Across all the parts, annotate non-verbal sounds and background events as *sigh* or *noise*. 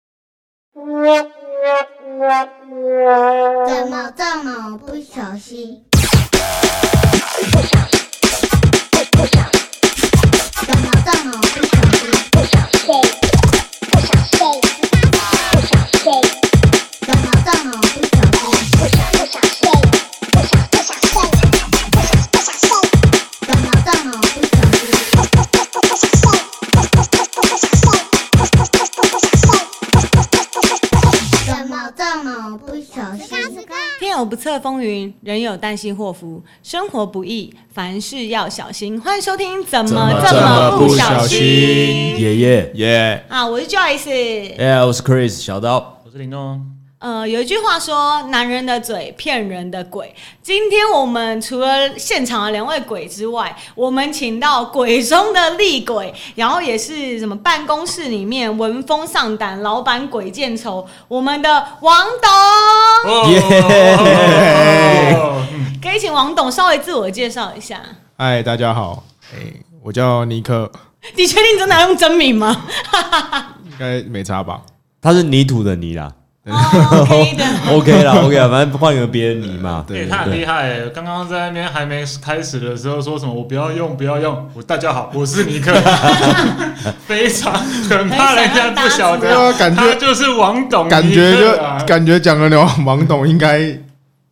怎怎么么这么不小心？怎么这么不小心？怎么这么不小心？怎么这么不小心？怎么这么不小心？天有不测风云，人有旦夕祸福，生活不易，凡事要小心。欢迎收听《怎么这么不小心》爷爷，耶！啊，我是 Joyce。哎，我是 Chris 小刀，我是林东，呃，有一句话说，男人的嘴骗人的鬼。今天我们除了现场的两位鬼之外，我们请到鬼中的厉鬼，然后也是什么办公室里面闻风丧胆、老板鬼见愁，我们的王董。耶！ *laughs* 可以请王董稍微自我介绍一下。嗨，大家好，哎，我叫尼克，你确定真的要用真名吗？应该没差吧？他是泥土的泥啦哦，OK 的。 ，OK 啦，OK 啦，反正换个别人泥嘛。对也太厉害了！刚刚在那边还没开始的时候说什么“我不要用，不要用”，我大家好，我是尼克， *laughs* 非常很怕人家不晓很想要得，打字他就是王董啊感尼觉克就啊，感觉讲了聊王董，应该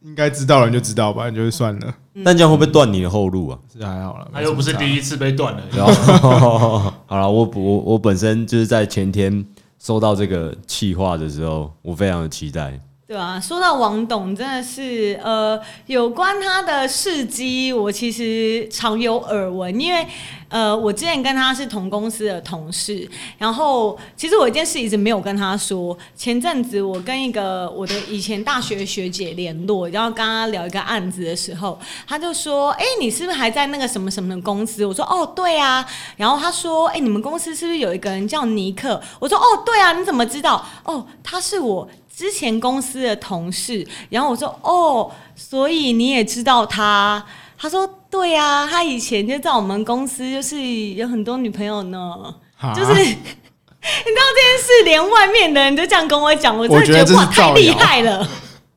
应该知道了你就知道吧，你就算了，但这样会不会断你的后嗯路啊？是还好了。他又不是第一，一次被断了。然后 *laughs* 好了，我我我本身就是在前天收到这个气话的时候，我非常的期待。对啊，说到王董，真的是呃，有关他的事迹，我其实常有耳闻，因为呃，我之前跟他是同公司的同事，然后其实我有一件事一直没有跟他说。前阵子我跟一个我的以前大学学姐联络，然后跟他聊一个案子的时候，他就说：“哎、你是不是还在那个什么什么的公司？”我说：“哦，对啊。”然后他说：“哎、你们公司是不是有一个人叫尼克？”我说：“哦，对啊，你怎么知道？”哦，他是我之前公司的同事，然后我说哦，所以你也知道他？他说对啊，他以前就在我们公司，就是有很多女朋友呢，啊就是。 *laughs* 你知道这件事，连外面的人都这样跟我讲，我真我的觉得觉得哇，这是造太谣厉害了，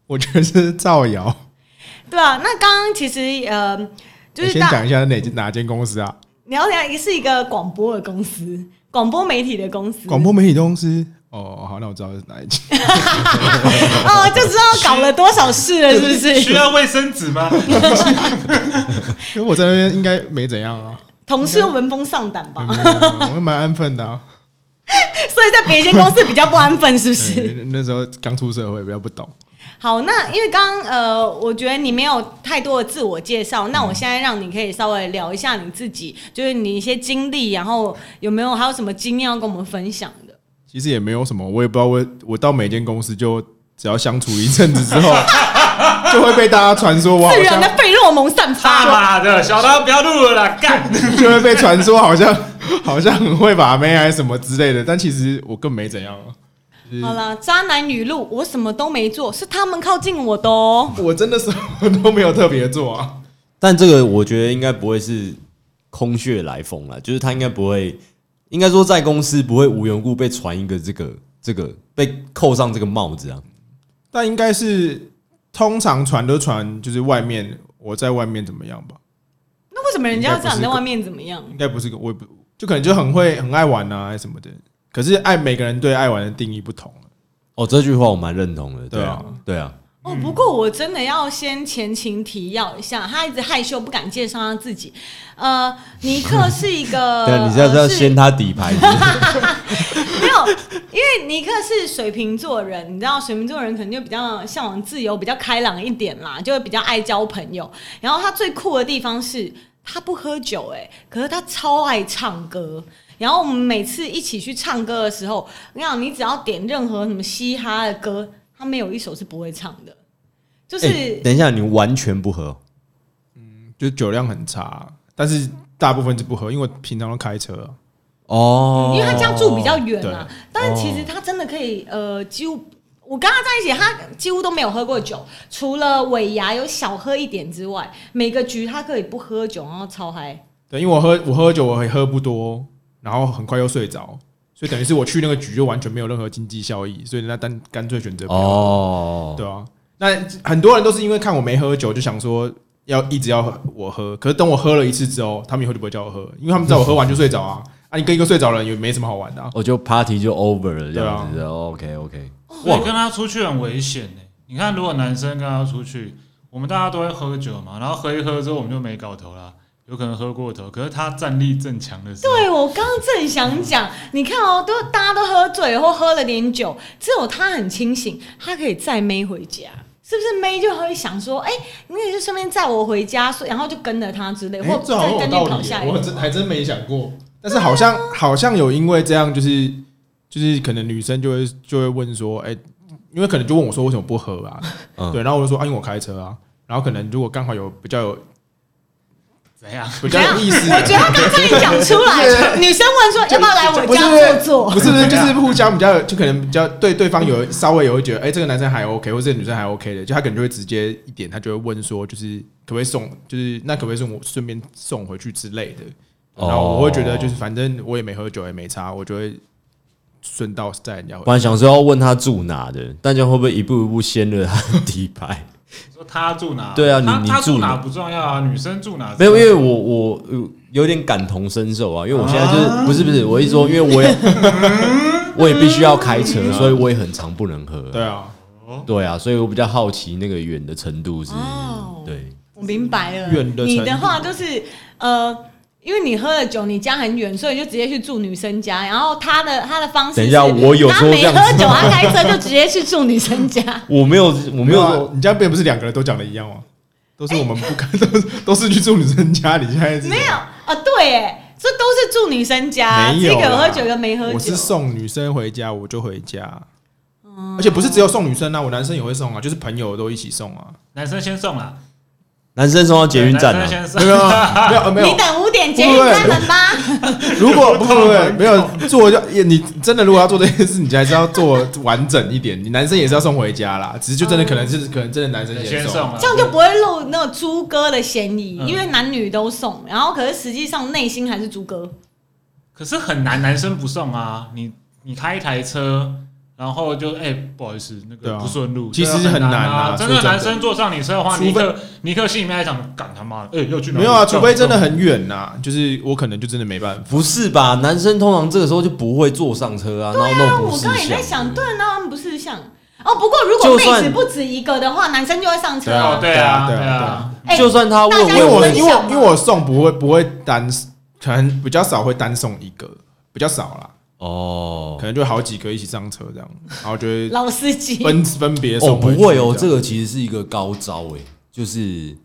我觉得是造谣。对啊，那刚刚其实呃，就你是哎先大讲一下哪哪间公司啊？你要讲，是一个广播的公司，广播媒体的公司，广播媒体公司。哦，好，那我知道是哪一间。哦，就知道搞了多少事了，是不是？需要卫生纸吗？因为我在那边应该没怎样啊，同事又闻风丧胆吧？没有没有没有我蛮安分的 *laughs* 啊。所以在别间公司比较不安分，是不是？对那时候刚出社会，比较不懂。好，那因为刚刚呃，我觉得你没有太多的自我介绍，那我现在让你可以稍微聊一下你自己，就是你一些经历，然后有没有还有什么经验要跟我们分享的？其实也没有什么，我也不知道我我到每间公司就只要相处一阵子之后， *laughs* 就会被大家传说哦我好自然像的费洛蒙散他发，妈的，小刀不要录了啦，干！就会被传说好像好像很会把妹还是什么之类的，但其实我更没怎样啊，好了，渣男语录，我什么都没做，是他们靠近我的哦。我真的什么都没有特别做啊。但这个我觉得应该不会是空穴来风了，就是他应该不会，应该说在公司不会无缘无故被传一个这个这个被扣上这个帽子啊。但应该是通常传都传就是外面我在外面怎么样吧，那为什么人家要应该不讲是在个外面怎么样？应该不是个我也不就可能就很会很爱玩啊还是什么的，可是爱每个人对爱玩的定义不同啊哦，这句话我蛮认同的，对对啊啊，对啊。哦，不过我真的要先前情提要一下，他一直害羞不敢介绍他自己。呃，尼克是一个， *laughs* 对啊，你现在是要呃掀他底牌是不是没有，因为尼克是水瓶座人，你知道水瓶座人可能就比较向往自由，比较开朗一点啦，就会比较爱交朋友。然后他最酷的地方是他不喝酒、欸，可是他超爱唱歌。然后我们每次一起去唱歌的时候，我跟你讲，你只要点任何什么嘻哈的歌，他没有一首是不会唱的，就是。哎等一下，你完全不喝，就是酒量很差，但是大部分是不喝，因为我平常都开车啊、哦因为他家住比较远啊哦。但是其实他真的可以，呃，几乎我跟他在一起，他几乎都没有喝过酒，除了尾牙有小喝一点之外，每个局他可以不喝酒，然后超嗨。对，因为我喝我喝酒我也喝不多，然后很快又睡着，所以等于是我去那个局就完全没有任何经济效益，所以那单干脆选择啊不要哦，对啊，那很多人都是因为看我没喝酒，就想说要一直要我喝。可是等我喝了一次之后，他们以后就不会叫我喝，因为他们知道我喝完就睡着啊。啊，你跟一个睡着的人也没什么好玩的、啊。我就 party 就 over 了这样子哦的，OK OK，我跟他出去很危险呢、你看，如果男生跟他出去，我们大家都会喝酒嘛，然后喝一喝之后，我们就没搞头啦，有可能喝过头。可是他战力正强的时候，对，我刚刚正想讲，你看哦，都大家都喝醉或喝了点酒，只有他很清醒，他可以再妹回家，是不是？妹就会想说，哎、你也就顺便载我回家，所以然后就跟着他之类，或哎这好再像有跟你道跑理下耶，一我步。真还真没想过。但是好像好像有因为这样，就是就是可能女生就会就会问说，哎、因为可能就问我说为什么不喝啊？嗯对，然后我就说啊，因为我开车啊。然后可能如果刚好有比较有怎样？比较有意思的，我觉得他刚才讲出 *laughs* 来，女生问说要不要来 *laughs* 我不是家坐坐，不是不是，就是互相比较，就可能比较对对方有稍微有会觉得，哎、这个男生还 OK，或者这个女生还 OK 的，就他可能就会直接一点，他就会问说，就是可不可以送，就是那可不可以送我顺便送回去之类的。然后我会觉得，哦就是反正我也没喝酒，也没差，我就会顺道载人家回本来想说要问他住哪的，但这样会不会一步一步掀了他的底牌？ *laughs* 说他住哪？对啊你他你他住住哪哪不重要啊，女生住哪没有，因为我我呃有点感同身受啊，因为嗯我现在就是不是不是，我一说，因为我也 *laughs* 我也必须要开车，所以我也很常不能喝。对啊，对啊，所以我比较好奇那个远的程度是哦，对我明白了，远的程度你的话就是呃。因为你喝了酒，你家很远，所以就直接去住女生家。然后他的他的方式是，等一下我有时他候没这样喝子酒，他开车就直接去住女生家。我没有我我没没有有说啊，你家边不是两个人都讲的一样吗？都是我们不敢，都是都是去住女生家，你现在是没有啊，对，哎，这都是住女生家，没啊这有啦，个有喝酒，一个没喝酒。我是送女生回家，我就回家。嗯而且不是只有送女生啊，我男生也会送啊，就是朋友都一起 *laughs* 送啊。男生先送啦，男生送到捷运站男啊，生先没送。有没有没你有，等五点捷运关门吧。如果不 *laughs* 不不没有做就也你真的如果要做这件事，你还是要做完整一点。你男生也是要送回家啦，只是就真的可能就是可能真的男生先也送。啊送啦，这样就不会露那个猪哥的嫌疑，嗯因为男女都送，然后可是实际上内心还是猪哥。可是很难，男生不送啊。你你开一台车，然后就哎、不好意思，那对个啊不顺路，其实对啊很很难难啊。啊真说的真的男生坐上你车的话，除尼非克尼克心里面还想，干他妈的，哎、又去哪里没有啊，除非真的。干嘛很远呐，就是我可能就真的没办法。不是吧？男生通常这个时候就不会坐上车啊，然后啊弄不我是刚刚也在想，对，啊那他们不是像哦。不过如就果妹算子不止一个的话，男生就会上车哦，啊。对啊，对对啊对啊对啊啊，哎就算他问大因家为有我分因为享吗因为我送不会不会单，可能比较少会单送一个，比较少啦，哦可能就好几个一起上车这样，然后就会老司机，分分别哦送不回去啊会哦，这这样个其实是一个高招诶，就是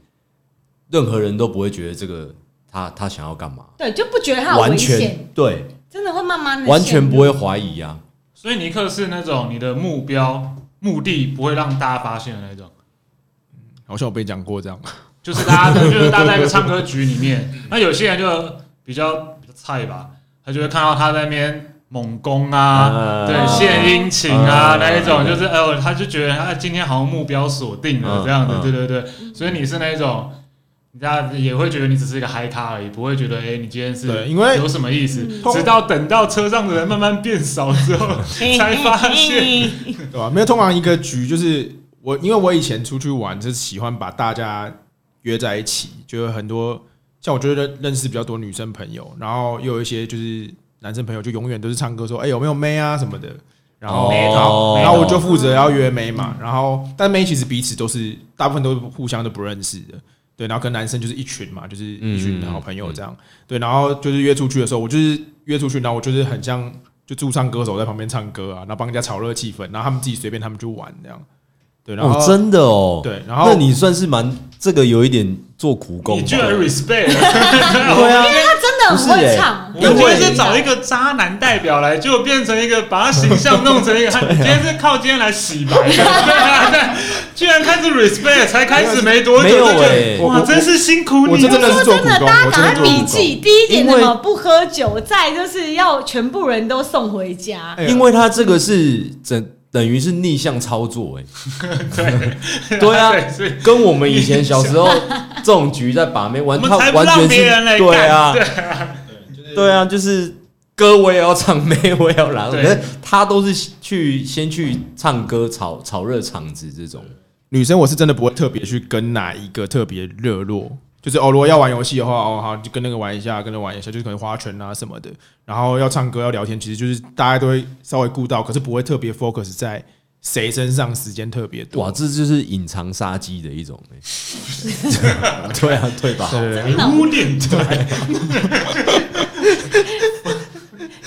任何人都不会觉得这个他他想要干嘛，对，就不觉得他有完危全险，对，真的会慢慢的完全不会怀疑啊。所以尼克是那种你的目标目的不会让大家发现的那种，好像有被讲过这样。就是大家就是大家在一个唱歌局里面，那有些人就比较比较菜吧，他就会看到他在那边猛攻啊，啊对献殷勤啊嗯那一种，就是哎呦，他就觉得他今天好像目标锁定了嗯这样子嗯，对对对，所以你是那一种。人家也会觉得你只是一个嗨咖而已，不会觉得哎、你今天是对因为有什么意思？通直到等到车上的人慢慢变少之后，才发现。现。对吧、没有，通常一个局就是我，因为我以前出去玩就是喜欢把大家约在一起，就有很多像我觉得认识比较多女生朋友，然后又有一些就是男生朋友，就永远都是唱歌说，哎、有没有妹啊什么的。然后，哦然后，妹然后我就负责要约妹嘛。然后，但妹其实彼此都是大部分都是互相都不认识的，对。然后跟男生就是一群嘛，就是一群好朋友这嗯样，对。然后就是约出去的时候，我就是约出去，然后我就是很像就驻唱歌手在旁边唱歌啊，然后帮人家炒热气氛，然后他们自己随便他们就玩这样。对，然后、哦，真的哦，对，然后那你算是蛮这个有一点做苦工你吧，居然 respect，对啊，他真的很不是会欸唱，我今天是找一个渣男代表来，就变成一个把他形象弄成一 *laughs* 个，你今天是靠今天来洗白的，对啊对，居然开始 respect，才开始没多久没有就觉欸得哇，真是辛苦我你啊这真了。的说是做苦真工，的，大家我真赶的快做苦笔工。记。第一点，因为什么不喝酒？再就是要全部人都送回家。哎呀因为他这个是整等于是逆向操作哎、 *laughs* 对啊 *laughs* 对是跟我们以前小时候这种局在把妹我玩，们他才不完让全别是人来对干啊，对对啊，就是歌我也要唱，妹我也要来，可对是他都是去先去唱歌炒炒热场子这种。女生我是真的不会特别去跟哪一个特别热络，就是哦，如果要玩游戏的话，哦好，就跟那个玩一下，跟那个玩一下，就是可能划拳啊什么的。然后要唱歌要聊天，其实就是大家都会稍微顾到，可是不会特别 focus 在谁身上时间特别多。哇，这就是隐藏杀机的一种、 *laughs* 欸对啊，对吧？对，污点对，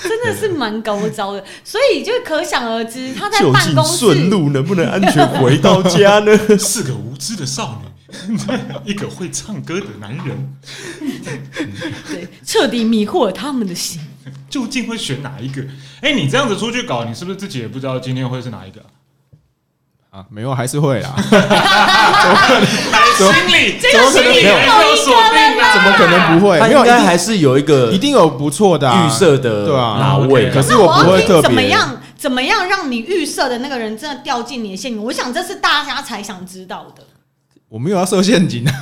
真的是蛮高招的，所以就可想而知，他在究办竟公室顺路能不能安全回到家 *laughs* 呢？是个无知的少女，啊一个会唱歌的男人，对彻底迷惑了他们的心。究竟会选哪一个？哎、你这样子出去搞，你是不是自己也不知道今天会是哪 *laughs* 一个、啊？啊，没有还是会啦，心里这个心里还是有所病啊，怎么可 *laughs* 能不会？他没应有，一该定还是有一个一定有不错的啊预设的对啊哪位？嗯可是那我我不要会听特别怎么样，怎么样让你预设的那个人真的掉进你的陷阱？我想这是大家才想知道的，我没有要设陷阱啊，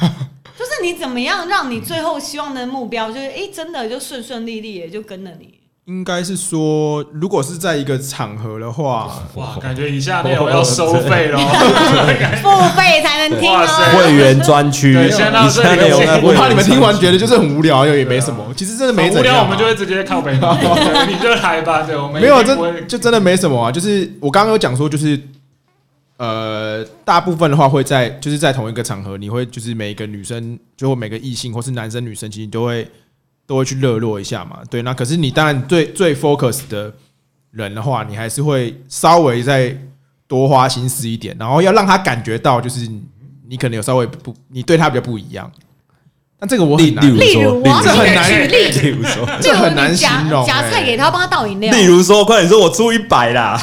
就是你怎么样让你最后希望的目标，就是哎、诶真的就顺顺利利也就跟了你。应该是说，如果是在一个场合的话，哇，感觉以下内容要收费哦喽！付费才能听哇塞哦。会员专区，对你现在到 *laughs* 这里内容我在不会我员怕你们听完专区觉得就是很无聊，也没什么。其实真的没无怎聊，样我啊们就。会直接靠北你， *laughs* 对你就来吧。对，我们没有，一定不这会就真的没什么啊。就是我刚刚有讲说，就是呃，大部分的话会在就是在同一个场合，你会就是每一个女生，就每个异性或是男生女生，其实你都会都会去热络一下嘛。对，那可是你当然最最 focus 的人的话，你还是会稍微再多花心思一点，然后要让他感觉到就是你可能有稍微不，你对他比较不一样。那这个我很难例，例如，我要这听很你难举例，例如说，这例很如难你形夹容夹欸菜给他，帮他倒饮料，例如说，快点说，我出一百啦，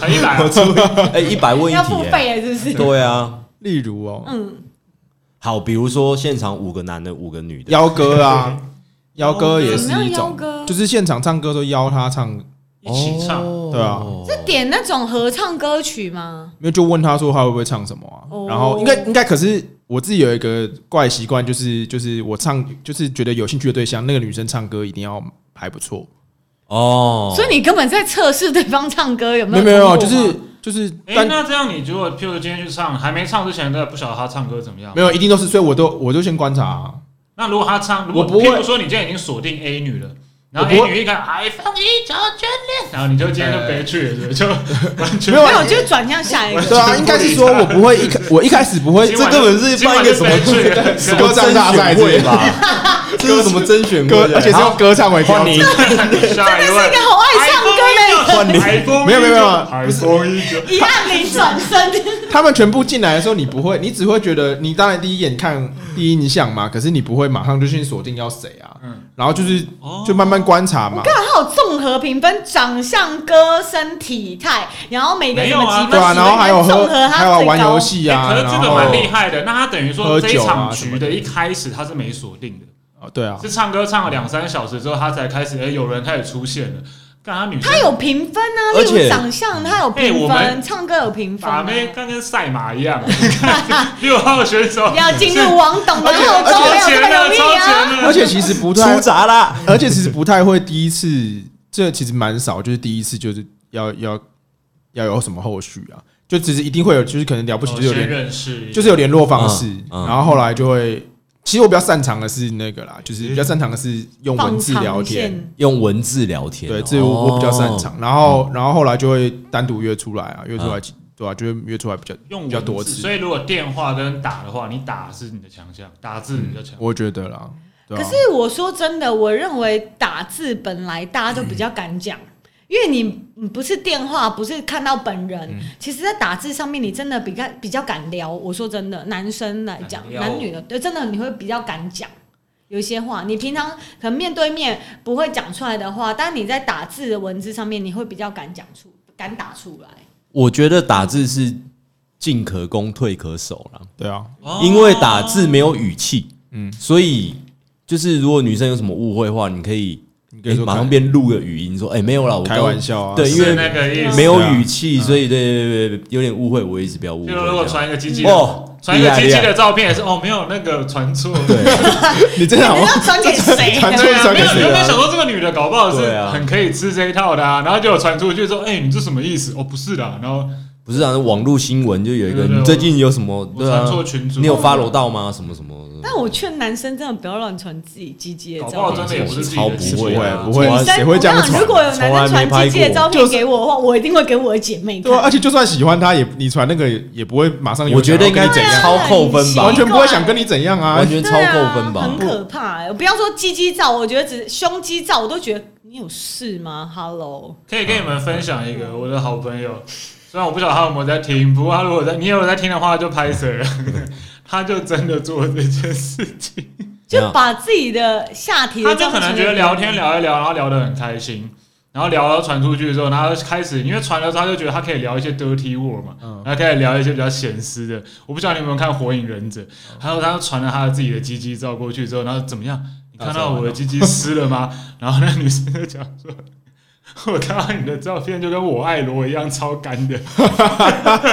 才 *laughs* 一哦百啊，哎， *laughs* 一百问一要题付欸，费了是不是？对啊。例如哦，嗯，好，比如说现场五个男的，五个女的，邀歌啊，哦邀歌也是怎么一样邀种，歌？就是现场唱歌都邀他唱，一起唱。对啊是点那种合唱歌曲吗？没有就问他说他会不会唱什么啊哦？然后应该应该，可是我自己有一个怪习惯，就是就是我唱就是觉得有兴趣的对象，那个女生唱歌一定要还不错，哦，所以你根本在测试对方唱歌有没有有没没有，就是就是哎、但。那这样你如果譬如今天去唱，还没唱之前都不晓得他唱歌怎么样没。有，一定都是，所以我都我就先观察、啊。那如果他唱，如果我不会譬如说你现在已经锁定 A 女了，然后我不 A 会女一看 I 放一条眷恋，然后你就今天就别去了，就 *laughs* 完全没有没有，就转向下一个。对啊，应该是说我不会一开，我一开始不会今这晚根本是今办晚一个什就么别去了什歌么唱甄大赛选之类会的吧？这是什么甄选歌会，？而且是好用歌唱为标换准你。下一是位一个。好爱唱歌的人，换 *laughs* 你，没有没有没有海风一九，一按铃转身， *laughs* 他们全部进来的时候，你不会，你只会觉得你当然第一眼看第一印象嘛，可是你不会马上就去锁定要谁啊，嗯然后就是哦就慢慢观察嘛。刚好综合评分，长相、歌声、体态，然后每个什么积没分对有啊，几然后还有综喝，合还他有最玩高游。戏欸啊，可是这然个后蛮厉害的。那他等于说喝这一酒啊场什局么的的一开始他是没锁定的，哦对啊，是唱歌唱了两三小时之后，他才开始，哎，有人开始出现了。干他女生，他有评分啊，而例且如长相，他有哎评我分，们唱歌有评分啊把。妹干跟赛马一样，啊 *laughs* 六号选手要进入王董的而且后而宫，超没有这前么了，容超易啊！前了，而且其实不 *laughs* 太出，闸啦！而且其实不太会第一次，这其实蛮少，就是第一次就是要要要有什么后续啊，就只是一定会有，就是可能了不起就是有哦先联，认识，就是有联络方式嗯，嗯然后后来就会。其实我比较擅长的是那个啦，嗯就是比较擅长的是用文放字长聊天，线，用文字聊天哦，对，这我我比较擅哦。嗯长。然后，然后后来就会单独约出来啊，约出来几对吧？就会约出来比较用比文较多字次所，以如果电话跟打的话，你打是你的强项，打字比较强。我觉得啦。对啊可是我说真的，我认为打字本来大家就比较敢讲，嗯因为你你不是电话，不是看到本人，嗯其实，在打字上面你真的比较比较敢聊。我说真的，男生来讲，敢聊男女的，对，真的你会比较敢讲。有一些话，你平常可能面对面不会讲出来的话，但你在打字的文字上面，你会比较敢讲出，敢打出来。我觉得打字是进可攻退可守啦，对啊，哦因为打字没有语气，嗯嗯，所以就是如果女生有什么误会的话，你可以你可以哎，说马上开变录个语音说，哎，没有啦，我开刚玩笑啊，对因为是那个意思啊没有语气，所以对对对对，有点误会，我一直不要误会就这是如果样。传一个鸡鸡哦的，传一个厉害鸡鸡厉害的照片也是哦，没有那个传错，对你真的好你要传给谁？ *laughs* 传对啊，传没给有，你谁有没有啊？想过这个女的搞不好对是啊很可以吃这一套的啊？然后就有传出去说，哎，你这什么意思？哦，不是的，然后不是啊，网络新闻就有一个，对对对你最近有什么？我对啊传，错群主，你有发楼到吗？什么什么？但我劝男生真的不要乱传自己鸡鸡的搞不照好片真。的也不是自己超 *laughs* 的不事情会啊，不会我啊要谁会这样我跟你讲传如果有男生传鸡鸡的照片给我的话，我一定会给我的姐妹对啊，而看。且就算喜欢他，也你传那个也也不会马上有人我觉得应该想要跟你怎样，超扣分对啊吧，完全不会想跟你怎样啊完。全对超啊扣分吧很。可怕、欸。不要说鸡鸡照，我觉得只胸肌照，我都觉得你有事吗？Hello，可以跟你们分享一个我的好朋友，虽然我不晓得他有没有在听，不过他如果在，你有在听的话就拍谁了， *laughs* 他就真的做这件事情，怎样就把自己的下体的他照就片可能觉得聊天聊一聊，然后聊得很开心。然后聊到传出去之后，然后他就开始，因为传了之后他就觉得他可以聊一些 dirty word 嘛，嗯然后开始聊一些比较闲私的。我不知道你有没有看《火影忍者》，还有他就传了他的自己的鸡鸡照过去之后，然后怎么样？你看到我的鸡鸡湿了吗？ *laughs* 然后那女生就讲说：“ *laughs* 我看到你的照片就跟我爱罗一样超干的。” *laughs*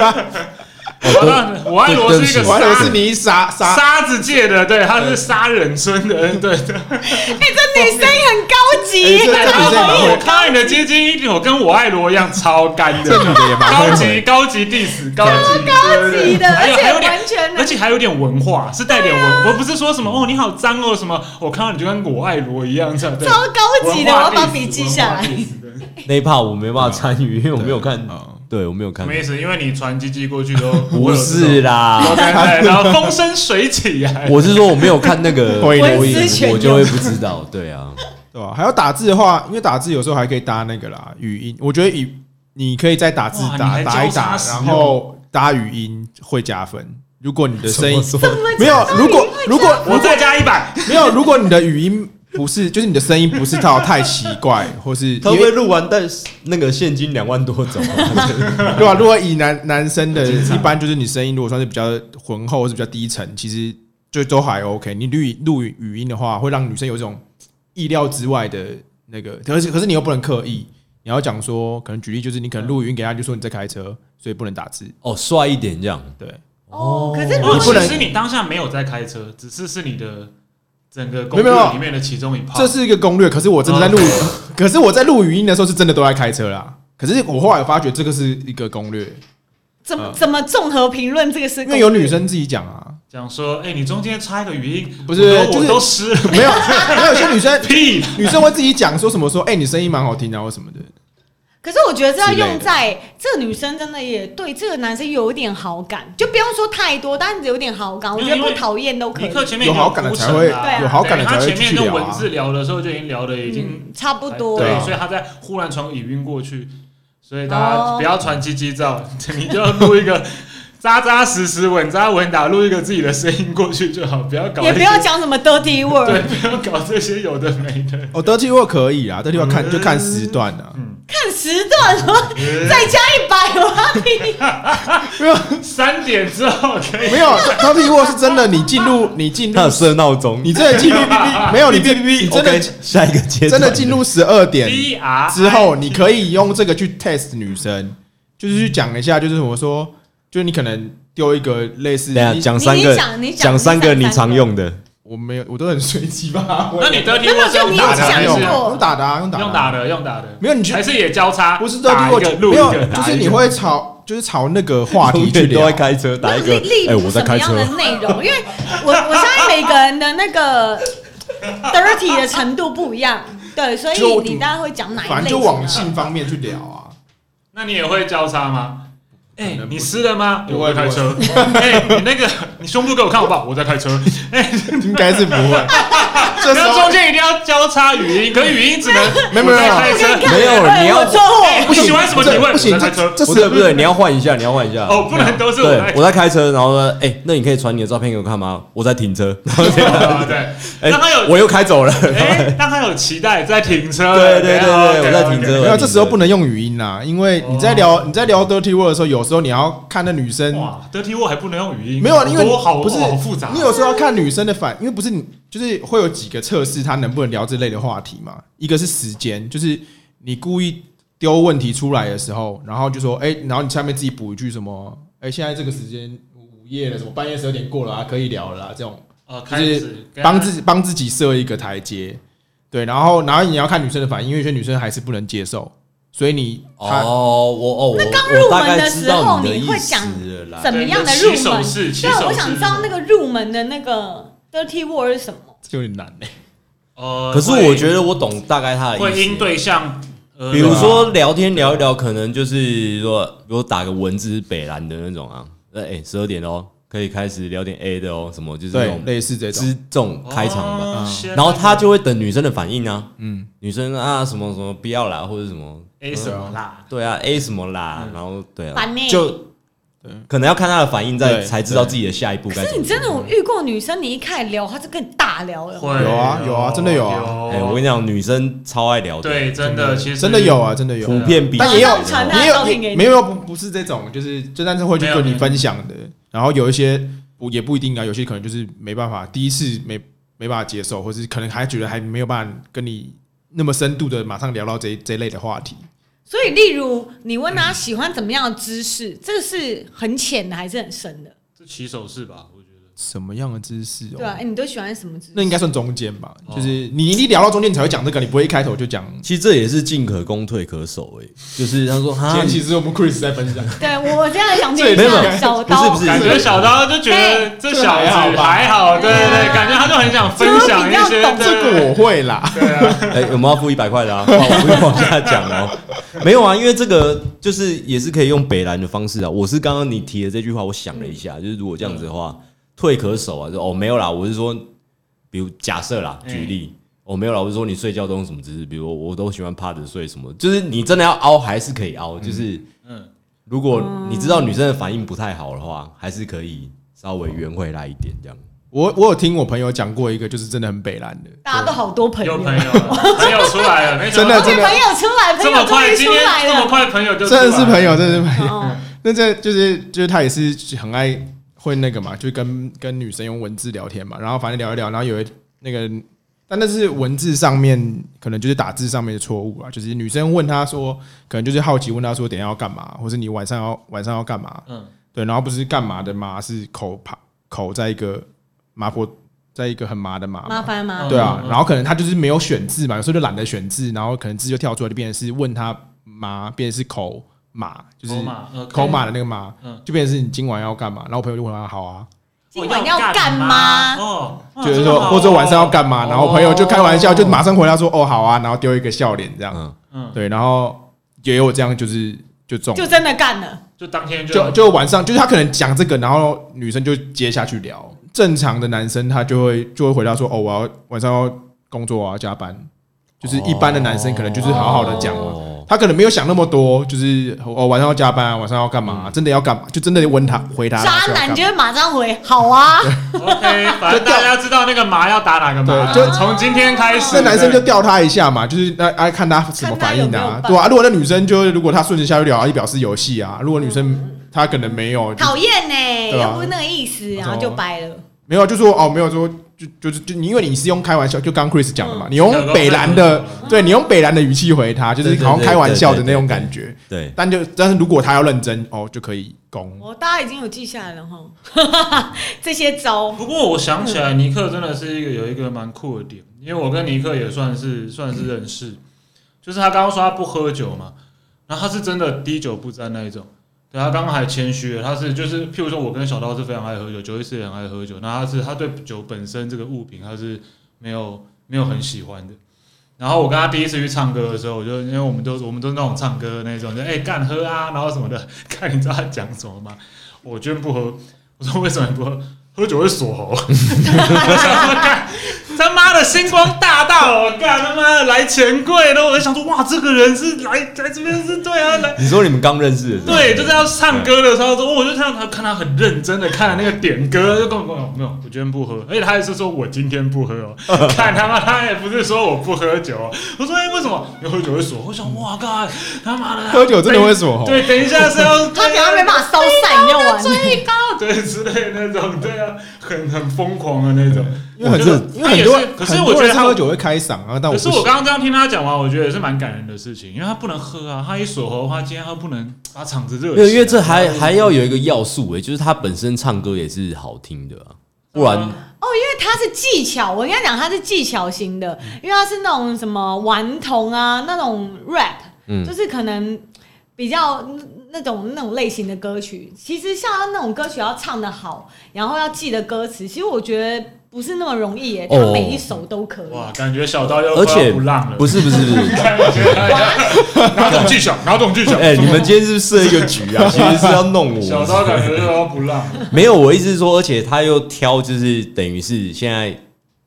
我让我爱罗是一个对我还以为沙是你杀杀，沙子界的，对，他是杀人村的，对对。哎、这女生很高级、哎这这女生也蛮会我看到你的鸡鸡，我跟我爱罗一样超干这女的，的也蛮高会级回。高级 diss，高级高级的，还而有还且有啊点完全而且还有点文化，是带点文，我不是说什么哦，你好脏哦什么，我看到你就跟我爱罗一样这样，对超高级的，我文化要把 diss，笔记下文来化。diss，对那一 part 我没办法参与，因为我没有看嗯，对我没有看什么。意思？因为你传鸡鸡过去 *laughs* 都不不是啦啦， ，OK，然哎后风生水起啊， *laughs* 我是说我没有看那个火影火文思泉影，涌我就会不知道。对啊，对吧？还有打字的话，因为打字有时候还可以搭那个啦，语音。我觉得语你可以在打字哇你打还打一交打，叉使用然后搭语音会加分。如果你的声音怎么说没有，如果如果我再加一百，没有，如果 *laughs* 你的语音不是，就是你的声音不是到太奇怪，或是 *laughs* 他会不会录完但是那个现金两万多走啊？ *laughs* 对吧、如果以男男生的，一般就是你声音如果算是比较浑厚或是比较低沉，其实就都还 OK。你录录语音的话，会让女生有一种意料之外的那个，可是可是你又不能刻意，你要讲说，可能举例就是你可能录语音给他，就说你在开车，所以不能打字。 *laughs* 哦，帅一点这样。对，哦，可是如如果果其你不能实你当下没有在开车，只是是你的整个没攻有没有略里面的其中一 part，这是一个攻略。可是我真的在录， *laughs* 可是我在录语音的时候是真的都在开车啦。可是我后来有发觉这个是一个攻略，怎么怎么综合评论这个是因为有女生自己讲啊，讲说，哎、你中间插一个语音，不是我就我是都湿 *laughs* 了没有没有有些女生屁，女生会自己讲说什么说，哎、你声音蛮好听啊，或什么的。可是我觉得这要用在这个女生真的也对这个男生有一点好感，就不用说太多，但是有点好感，我觉得不讨厌都可尼以。克前面已经有好感的铺才陈会了啊有好感的对他才会前面去用聊啊文字聊的时候就已经聊的已经嗯，差不多。对对啊，所以他在忽然传语音过去，所以大哦家不要传鸡鸡照， *laughs* 你就录一个扎扎实实、稳扎稳打，录一个自己的声音过去就好，不要搞也一不些要讲什么 dirty 对， word，不要搞这些有的没的。哦，德基沃可以啊，德基沃看嗯就看时段啊，看时段什么，再加一百，我要听。没有三点之后可以没有，德基沃是真的，你进入嗯你进入他有设闹钟，你真 *laughs* 的进入没有你真你真 OK，的下一个阶段真的进入十二点 D R 之后，你可以用这个去 test 女生，就是去讲一下，就是我说，就是你可能丢一个类 *laughs* 似，等一下你讲三你个讲你，讲讲三个你你讲三常个用的，我没有，我都很随机吧，我 *laughs* 那你得体那我么就你有打的打的啊还讲是用过用打的啊，用打的用啊打的，用打的，没有你就还是也交叉，不是德打基一沃个录没一有个，，打就是一你个会朝就是朝那个话题去 *laughs* 永远都聊啊在，开车打一个例例，哎，如我什在么开样车的，内容？因为我我相信每个人的那个 dirty 的程度不一样，对，所以就你大概会讲哪一类？啊反正就往。性方面去聊啊。那你也会交叉吗？哎、可能不你湿了吗？不我会在开车。哎、你那个，你胸部给我看好不好？我在 *laughs* 开车。哎、应该是不 *laughs* 会。这时然后中候间一定要交叉语音，可语音只能 *laughs* 没有没有我在没开有车。看 *laughs* *laughs* 没有哎你要我错我哎、你喜欢什么体位？不行，我在这开车。这不是对不对，你要换一下，你要换一下。哦，不能都是我对在，开我在开车，然后呢，哎，那你可以传你的照片给我看吗？我在停车，然后这样车。对，哎让他有，我又开走了。哎、让他有期待在停车。哎对对对对， OK，OK，OK 我在停车。没有，这时候不能用语音啦，因为你在聊你在聊 dirty word 的时候，有时候你要看那女生，哇，dirty word 还不能用语音，没有，因好为多好不是好复杂。啊你有时候要看女生的反，因为不是你，就是会有几个测试他能不能聊这类的话题嘛。一个是时间，就是你故意丢问题出来的时候，然后就说，哎、然后你下面自己补一句什么，哎、现在这个时间午夜了，什么半夜十二点过了啊，可以聊了啦，这种啊，就开是始帮自己帮自己设一个台阶。对，然后然后你要看女生的反应，因为有些女生还是不能接受，所以你她哦，我哦，我那刚入我大门概的知时道候，你的你会意思讲了啦怎么样的对入起手门？式起对啊，手我式想知道那个入门的那个 dirty word 是什么。这有点难欸嘞、呃，可是会我觉得我懂大概他的意思。会因对象，呃比如说聊天聊一聊，可能就是说，比如打个文字北蓝的那种啊，那哎十二点哦，可以开始聊点 A 的哦，什么就是那对，种类似这种之。这种开场吧。哦嗯然后他就会等女生的反应啊，嗯，女生啊什么什么不要啦，或者什么， A 哎什么啦？对啊 A 什么嗯啦，然后对啊烦，欸就对可能要看他的反应，再对才知道自己的下一步该可怎是么哎你做真。的有遇过女生，你一开始聊，她就跟你大聊了。会有啊有啊真的有啊哎，我跟你讲，女生超爱聊的，对，真的其实真的有，啊，真的有，普遍比但也有马上呃传他的也照片给有你没有不不是这种，就是就但是会去跟你分享的。然后有一些不也不一定啊，有些可能就是没办法，第一次没没办法接受，或是可能还觉得还没有办法跟你那么深度的马上聊到这一这一类的话题。所以，例如你问她喜欢怎么样的姿势，这个是很浅的还是很深的？这起手式吧，我觉得什么样的姿势对吧、哦哎？你都喜欢什么姿势？那应该算中间吧，哦就是你一定聊到中间你才会讲这个，你不会一开头就讲。其实这也是进可攻退可守、欸，就是他说今哈天，其实我们 Chris 在分享，对我我这样想听对一没有没下有小不是刀，不是感觉小刀就觉得嘿这小这还好子吧还好，对对哎对，感觉他就很想分享一些就是比较懂 *laughs* 这个我会啦。哎、我们要付一百块的啊，哇 *laughs* 我不用往下讲哦，没有啊，因为这个就是也是可以用北兰的方式啊。我是刚刚你提的这句话，我想了一下，就是如果这样子的话，退可守啊，就哦没有啦，我是说，比如假设啦，嗯举例。哦，没有啦，我是说你睡觉都用什么姿势？比如我都喜欢趴着睡，什么就是你真的要凹还是可以凹，就是嗯，如果你知道女生的反应不太好的话，还是可以稍微圆回来一点这样。我我有听我朋友讲过一个，就是真的很北蓝的，大家都好多朋友，有朋 *laughs* 友了朋友出来了，没想到真的这朋友出来，朋这么友终快，于今出天来这么了。快，朋友就出来了真的是朋友，真的是朋友。哦，那这就是就是他也是很爱会那个嘛，就跟跟女生用文字聊天嘛，然后反正聊一聊，然后有一那个，但那是文字上面可能就是打字上面的错误啊，就是女生问他说，可能就是好奇问他说，等一下要干嘛，或是你晚上要晚上要干嘛？嗯，对，然后不是干嘛的嘛，是口旁口在一个麻婆，在一个很麻的麻嘛，哦麻烦麻烦。对啊嗯，嗯然后可能他就是没有选字嘛，有时候就懒得选字，然后可能字就跳出来，就变成是问他麻，变成是口马，就是口码，OK 口马的那个马嗯，就变成是你今晚要干嘛？然后我朋友就回答好啊，今晚要干嘛？哦，哇就是这个说好或者晚上要干嘛？哦然后我朋友就开玩笑，就马上回答说哦好啊，然后丢一个笑脸这样，嗯，嗯，对，然后也有这样就是就中，就真的干了。就当天就就晚上就是他可能讲这个，然后女生就接下去聊，正常的男生他就会就会回答说哦我要晚上要工作啊加班。就是一般的男生可能就是好好的讲嘛，哦他可能没有想那么多，就是哦晚上要加班、啊，晚上要干嗯嘛、真的要干嘛？就真的问他回答他渣要干男嘛就会马上回好啊， OK，反正大家知道那个麻要打哪个麻，对就从今天开始，那男生就吊他一下嘛，就是那哎看他什么反看他应有没有啊办，法对啊。如果那女生就是如果他顺着下去聊，就表示有戏啊；如果女生她可能没有，就讨厌呢，对啊又不是那个意思，然后就掰了。没有就说哦没有说就就是就你因为你是用开玩笑，就刚 Chris 讲的嘛，你用北兰的，对你用北兰的语气回他，就是好像开玩笑的那种感觉。对，但就但是如果他要认真哦，就可以攻。我大家已经有记下来了哈，这些招不过我想起来，尼克真的是一个有一个蛮酷的点，因为我跟尼克也算是算是认识，就是他刚刚说他不喝酒嘛，然后他是真的滴酒不沾那一种。对他刚刚还谦虚了，他是就是，譬如说我跟小刀是非常爱喝酒，九一四也很爱喝酒，那他是他对酒本身这个物品他是没有没有很喜欢的。然后我跟他第一次去唱歌的时候，我就因为我们都我们都是那种唱歌的那种，就哎、干喝啊，然后什么的， *laughs* 看你知道他讲什么吗？我居然不喝，我说为什么你不喝？喝酒会锁 *laughs* 喉。我想说干他妈的星光大道，我干他妈的来钱柜，然后我就想说哇，这个人是来来这边是对啊，来你说你们刚认识的时候，对，就是要唱歌的时候，我就看到他看他很认真的看那个点歌，就跟我说没有，我今天不喝，而且哎他还是说我今天不喝 *laughs* 哦，看他妈他也不是说我不喝酒哦，我说哎、为什么你喝酒会锁？我想哇靠，他妈的喝酒真的会锁喉对，等一下是要他等下没办法烧散，你要玩。最高， *laughs* 对之类的那种，对啊，很很疯狂的那种。因为很多，因为很他也是多，可是很我多觉得人他喝酒会开嗓啊，但我可不是行我刚刚这样听他讲完，我觉得也是蛮感人的事情，因为他不能喝啊，他一锁喉的话，今天他不能把场子热起啊没来。有，因为这还还要有一个要素诶、就是他本身唱歌也是好听的啊，不然哦，因为它是技巧，我应该讲它是技巧型的，因为它是那种什么顽童啊，那种 rap，、嗯就是可能比较那那种那种类型的歌曲。其实像它那种歌曲要唱的好，然后要记得歌词，其实我觉得不是那么容易耶、它哦每一首都可以。哇，感觉小刀要而且啊不浪了，不是不是不是， *laughs* 感觉他 *laughs* 要哪种技巧，哪种技巧？哎、你们今天是不是设一个局啊？其实是要弄 *laughs* 小刀我。感觉又要不浪了，没有，我意思是说，而且他又挑，就是等于是现在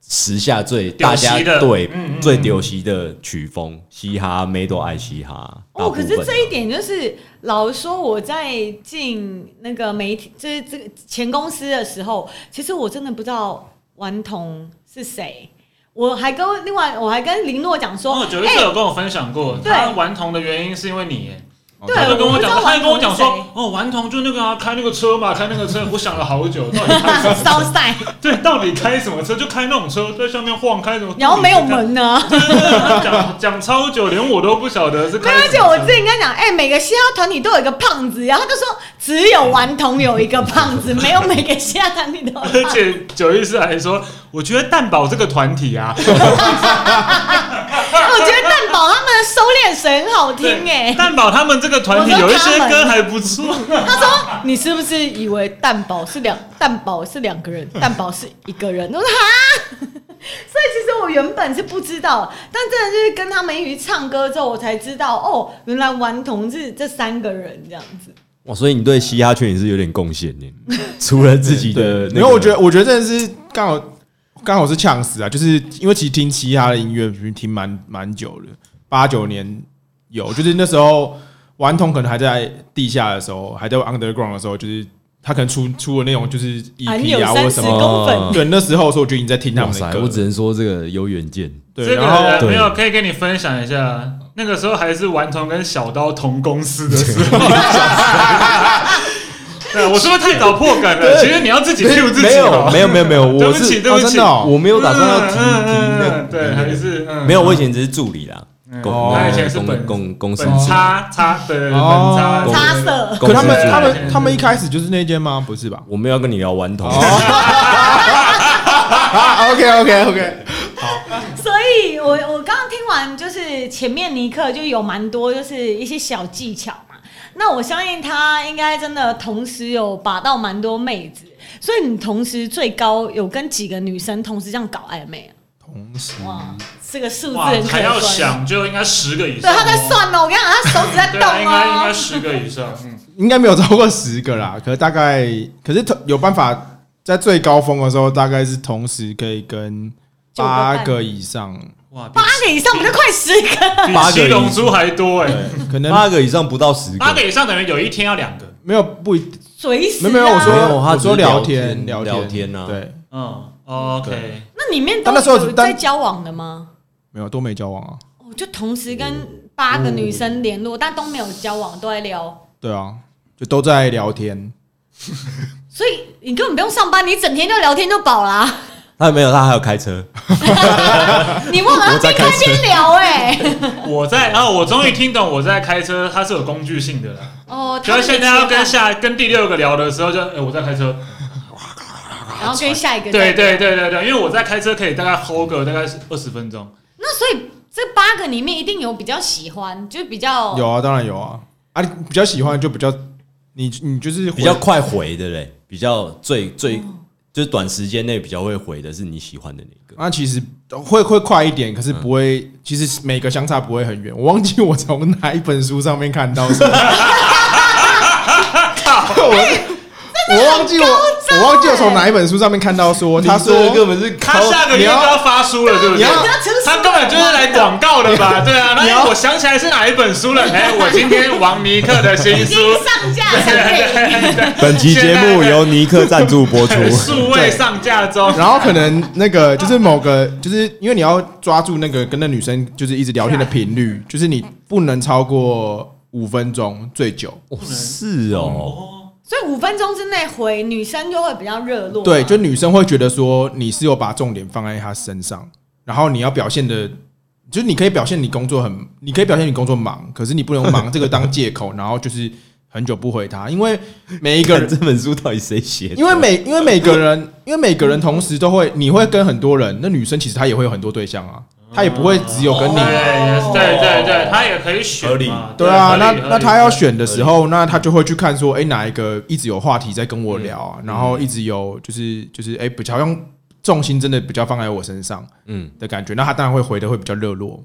时下最大家丢席的对嗯嗯最流行的曲风，嘻哈妹都爱嘻哈。大哦，部可分嗯是啊这一点就是，老实说，我在进那个媒体，就是这个前公司的时候，其实我真的不知道顽童是谁。我还跟另外，我还跟林诺讲说，我觉得这有跟我分享过，哎对他顽童的原因是因为你耶。对他就跟我我不讲，知道他就跟我讲顽童是说谁，哦，顽童就那个啊，开那个车嘛，开那个车，我想了好久，到底开什么？骚赛，对，到底开什么车？就开那种车，在上面晃，开什么？然后没有。门呢。讲讲超久，连我都不晓得是对，开什么而车。且我自己跟他讲，哎、每个嘻哈团体都有一个胖子，然后他就说只有顽童有一个胖子，没有每个嘻哈团体都有胖子而。且九一四还说，我觉得蛋宝这个团体啊，哎我觉得蛋宝他们的收敛水很好听哎、蛋宝他们这个团体有一些歌还不错。他说：“你是不是以为蛋宝是两蛋宝是两个人，蛋宝是一个人？”我 *laughs* 说：“哈。”所以其实我原本是不知道，但真的就是跟他们一起唱歌之后，我才知道哦，原来顽童是这三个人这样子。哇，所以你对嘻哈圈也是有点贡 *laughs* 献呢，除了自己的、那因为我觉得，我觉得真的是刚好刚好是呛死啊！就是因为其实听嘻哈的音乐听蛮蛮久的，八九年有，就是那时候顽童可能还在地下的时候，还在 underground 的时候，就是他可能出出的那种就是很 EP 有啊或三者十什30么。公哦分，对，那时候的时候我就已经在听他哇们的塞，歌我了，只能说这个有远见。对，这个然后对没有可以跟你分享一下，那个时候还是顽童跟小刀同公司的时 *laughs* 候。对，我是不是太早破梗了？其实你要自己 Q 自己没有哦没有没有没有，对我不起是对不哦起真的，哦我没有打算要提提那嗯嗯嗯对，还是嗯 *laughs* 没有，我以前只是助理啦，嗯公呃哦他以前是公本公公司本差差对对对哦本差公差色。公可司他们助理他们他们一开始就是那间吗？不是吧？我没有要跟你聊顽童，哦 *laughs* 啊，OK OK OK，所以我我刚刚听完，就是前面尼克就有蛮多就是一些小技巧嘛。那我相信他应该真的同时有把到蛮多妹子，所以你同时最高有跟几个女生同时这样搞暧昧啊？同时哇，这个数字哇很，可还要观。想就应该十个以对，上哦。他在算哦，我跟你讲，他手指在对动啊，应该应该哦。十个以上。嗯，应该没有超过十个啦， *laughs* 可是大概可是同有办法在最高峰的时候，大概是同时可以跟九个半八个以上， *laughs* 哇，比八个以上不就快十个？比七龙珠还多哎。可能八个以上不到十八个个。以上等于有一天要两个。没有不一定，随时、啊、没有没有，我说没有他我只是说聊天天聊天天啊对，嗯，OK，那里面都但那时候有但在交往的吗？没有都没交往啊，我就同时跟八嗯个女生联络，但都没有交往，都在聊。对啊，就都在聊天，所以你根本不用上班，你整天就聊天就饱啦、 *laughs* 他没有，他还有开车，你忘了要我在边开开边聊哎、 *laughs* 我在啊，我终于听懂我在开车，它是有工具性的啦。哦，就是现在他要们的跟情下跟第六个聊的时候就，哎，我在开车。况， *laughs* 然后跟下一个再对对对对对，因为我在开车可以大概 hold 个大概是二十分钟。那所以这八个里面一定有比较喜欢，就比较有啊，当然有啊，啊，你比较喜欢就比较你你就是比较快回的嘞，比较最最嗯就是短时间内比较会回的是你喜欢的那个。那其实会会快一点，可是不会，嗯其实每个相差不会很远。我忘记我从哪一本书上面看到什么， *laughs* 我我忘记我我忘记我从哪一本书上面看到说，他说这个根本是他靠下个月就要发书了，对不你对要？他根本就是来广告的 *laughs* 吧？对啊，那我想起来是哪一本书了？哎，我今天王尼克的新已书。 *laughs* 经上架对上对配。*laughs* 对对 *laughs* 本期节目由尼克赞助播 *laughs* 出。 *laughs* 对数位上架中，然后可能那个就是某个，就是因为你要抓住那个跟那女生就是一直聊天的频率，就是你不能超过五分钟最久。哦是哦，所以五分钟之内回，女生就会比较热络嘛。啊对，就女生会觉得说你是有把重点放在她身上，然后你要表现的，就是你可以表现你工作很，你可以表现你工作忙，可是你不能忙这个当借口，然后就是很久不回她，因为每一个看 *laughs* 人，这本书到底谁写的？因为每因为每个人，因为每个人同时都会，你会跟很多人，那女生其实她也会有很多对象啊，她也不会只有跟你。哦哦对对对对，他也可以选嘛，合理对啊，合理那合理那他要选的时候，那他就会去看说，哎、哪一个一直有话题在跟我聊啊，然后一直有就是就是哎、比较好像重心真的比较放在我身上，嗯嗯的感觉，那他当然会回的会比较热络。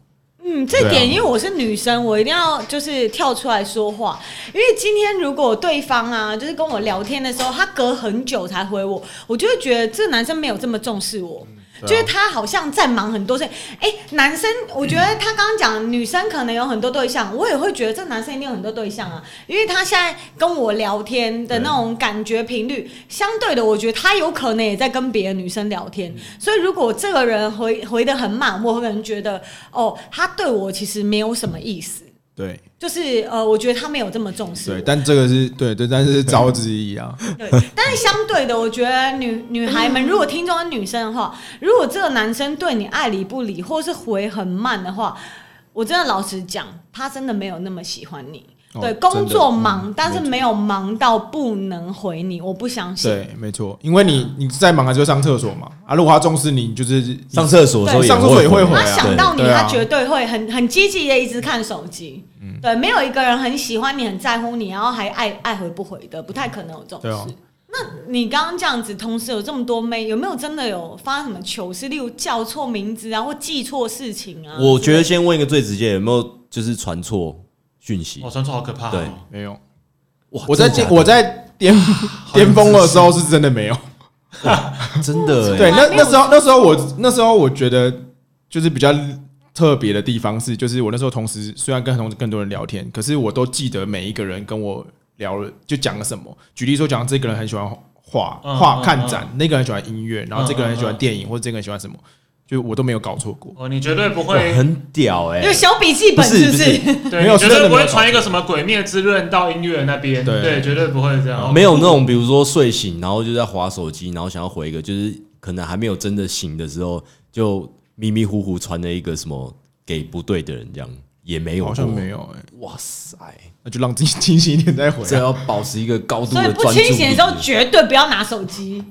嗯，这对啊点因为我是女生，我一定要就是跳出来说话，因为今天如果对方啊，就是跟我聊天的时候，他隔很久才回我，我就会觉得这男生没有这么重视我。对啊就是他好像在忙很多事，哎、男生，我觉得他刚刚讲女生可能有很多对象，我也会觉得这男生一定有很多对象啊，因为他现在跟我聊天的那种感觉频率，相对的，我觉得他有可能也在跟别的女生聊天，所以如果这个人回回的很慢，我可能觉得哦，他对我其实没有什么意思，对就是呃，我觉得他没有这么重视我对，但这个是对对，但是招之一啊，对，但是相对的，我觉得女女孩们，如果听众是女生的话，如果这个男生对你爱理不理，或是回很慢的话，我真的老实讲，他真的没有那么喜欢你。哦对，真的工作忙，嗯但是没错没有忙到不能回你，我不相信。对，没错，因为你你在忙的时候上厕所嘛，啊，如果他重视你，你就是上厕所的时候对上厕所也会回回啊他啊，想到你，对啊嗯他绝对会很很积极的一直看手机。对，没有一个人很喜欢你、很在乎你，然后还爱爱回不回的，不太可能有这种对啊事。那你刚刚这样子，同时有这么多妹，有没有真的有发生什么糗事？例如叫错名字啊，或记错事情啊？我觉得先问一个最直接，有没有就是传错讯息我？穿错好可怕哦，对没有，哇我在真的假的我在巅巅峰的时候是真的没有。真的欸对，哇那没有那时候那时候我那时候我觉得就是比较特别的地方是，就是我那时候同时虽然跟同更多人聊天，可是我都记得每一个人跟我聊了就讲了什么。举例说，讲这个人很喜欢画嗯画嗯看嗯展，那个人喜欢音乐，然后这个人很喜嗯嗯欢嗯电影，或者这个人喜欢什么，就我都没有搞错过。哦，你绝对不哇会，很屌哎欸有，小笔记不本是是不是？是对，没有你绝对真的不没会有传一个什么《鬼灭之刃》到音乐那边，对对，绝对不会这样，没有那种比如说睡醒然后就在划手机，然后想要回一个就是可能还没有真的醒的时候，就迷迷糊糊传了一个什么给不对的人这样。也没有，好像没。有哎、哇塞，那就让自己 *laughs* 清醒一点再回这来。要保持一个高度所以的不专注力。清醒的时候，绝对不要拿手机。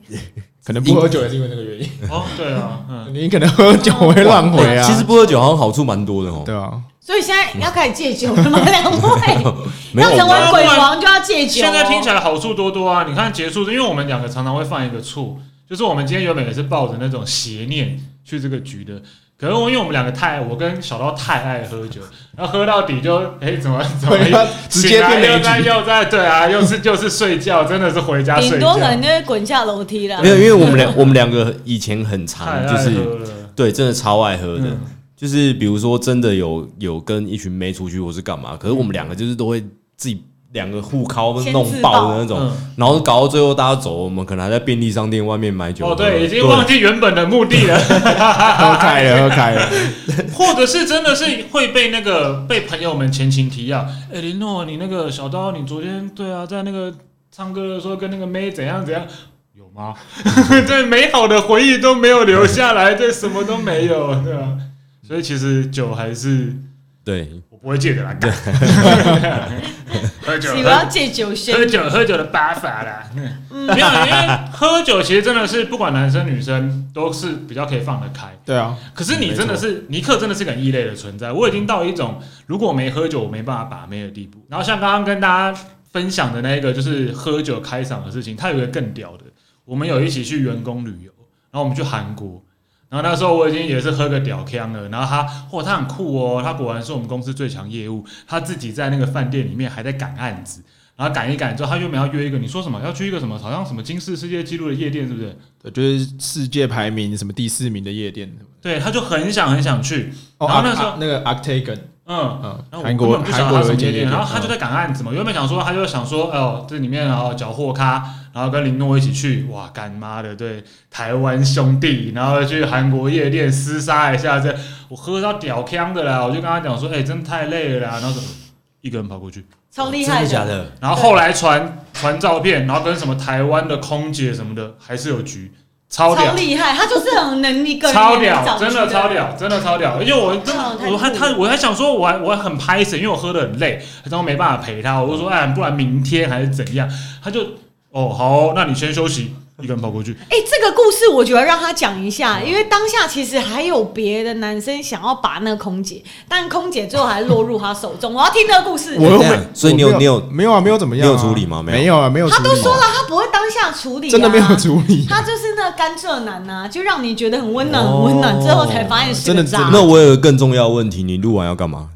可能不喝酒也是因为这个原因，哦，对啊，嗯， *laughs* 你可能喝酒会浪回啊。其实不喝酒好像好处蛮多的哦。对啊，所以现在要开始戒酒了吗？两位 *laughs* 没要有，成我为鬼王就要戒酒、哦。现在听起来好处多多啊！你看结束，因为我们两个常常会犯一个错，就是我们今天原本也是抱着那种邪念去这个局的，可是我因为我们两个太，我跟小刀太爱喝酒，然后喝到底就哎、怎么怎么对啊直接醒来变又雷在局又在对啊，又是又是睡觉，真的是回家顶睡多觉可，能就会滚下楼梯了。没有，因为我们两我们两个以前很 *laughs* 太哎常就爱是喝了。对，真的超爱喝的。嗯就是比如说，真的有有跟一群妹出去或是干嘛，可是我们两个就是都会自己两个互敲先弄自爆爆的那种，嗯然后搞到最后大家走，我们可能还在便利商店外面买酒喝。哦，对，已经忘记原本的目的了，喝开了，喝开了。或者是真的是会被那个被朋友们前情提要，哎、林诺，你那个小刀，你昨天对啊，在那个唱歌的时候跟那个妹怎样怎样，有吗？对，美好的回忆都没有留下来，对，什么都没有，对啊。所以其实酒还是对我不会戒的啦，干喝酒，你喝们要嗯酒戒酒宣喝酒喝酒的八法啦，没有，因为喝酒其实真的是不管男生女生都是比较可以放得开。对啊，可是你真的是尼克，真的是个很异类的存在。我已经到一种如果我没喝酒，我没办法把妹的地步。然后像刚刚跟大家分享的那一个，就是喝酒开场的事情，它有一个更屌的。我们有一起去员工旅游，然后我们去韩国，然后那时候我已经也是喝个屌腔了。然后他，嚯、他很酷哦，他果然是我们公司最强业务。他自己在那个饭店里面还在赶案子，然后赶一赶之后，他原本要约一个，你说什么要去一个什么，好像什么金氏世界纪录的夜店，是不是？对，就是世界排名什么第四名的夜店。对，他就很想很想去，哦，然后那啊时候啊那个 Octagon，嗯。嗯然后，我根韩国本不晓韩得国他什有嗯么一夜间夜店，店，然后他就在赶案子嘛，原本想说他就想说，哎呦，这里面然后缴货咖，然后跟林诺一起去，哇，干妈的，对，台湾兄弟，然后去韩国夜店厮杀一下，这我喝到屌腔的啦，我就跟他讲说，哎，真的太累了啦，然后怎么一个人跑过去，超厉害真的假的？然后后来传传照片，然后跟什么台湾的空姐什么的，还是有局，超屌超，厉害，他就是很能一个人超找屌，出真的超屌，真的超屌！而且我真哇太的，我还酷他我还想说，我还我还很拍死，因为我喝的很累，然后没办法陪他，我就说，哎，不然明天还是怎样？他就哦好哦那你先休息，一个人跑过去，哎、这个故事我觉得让他讲一嗯下，因为当下其实还有别的男生想要把那个空姐，但空姐最后还落入他手中。我要听这个故事。我又这没样，所以你有我没你有没有啊？没有怎么样啊？你有处理吗没有没有啊，没有处他理。都说了，他不会当下处理、啊，真的没有处 *laughs* 理。他就是那甘蔗男呐、就让你觉得很温暖、哦很温暖，最后才发现是哦真的个渣真。的那我有个更重要的问题，你录完要干 *laughs* 嘛？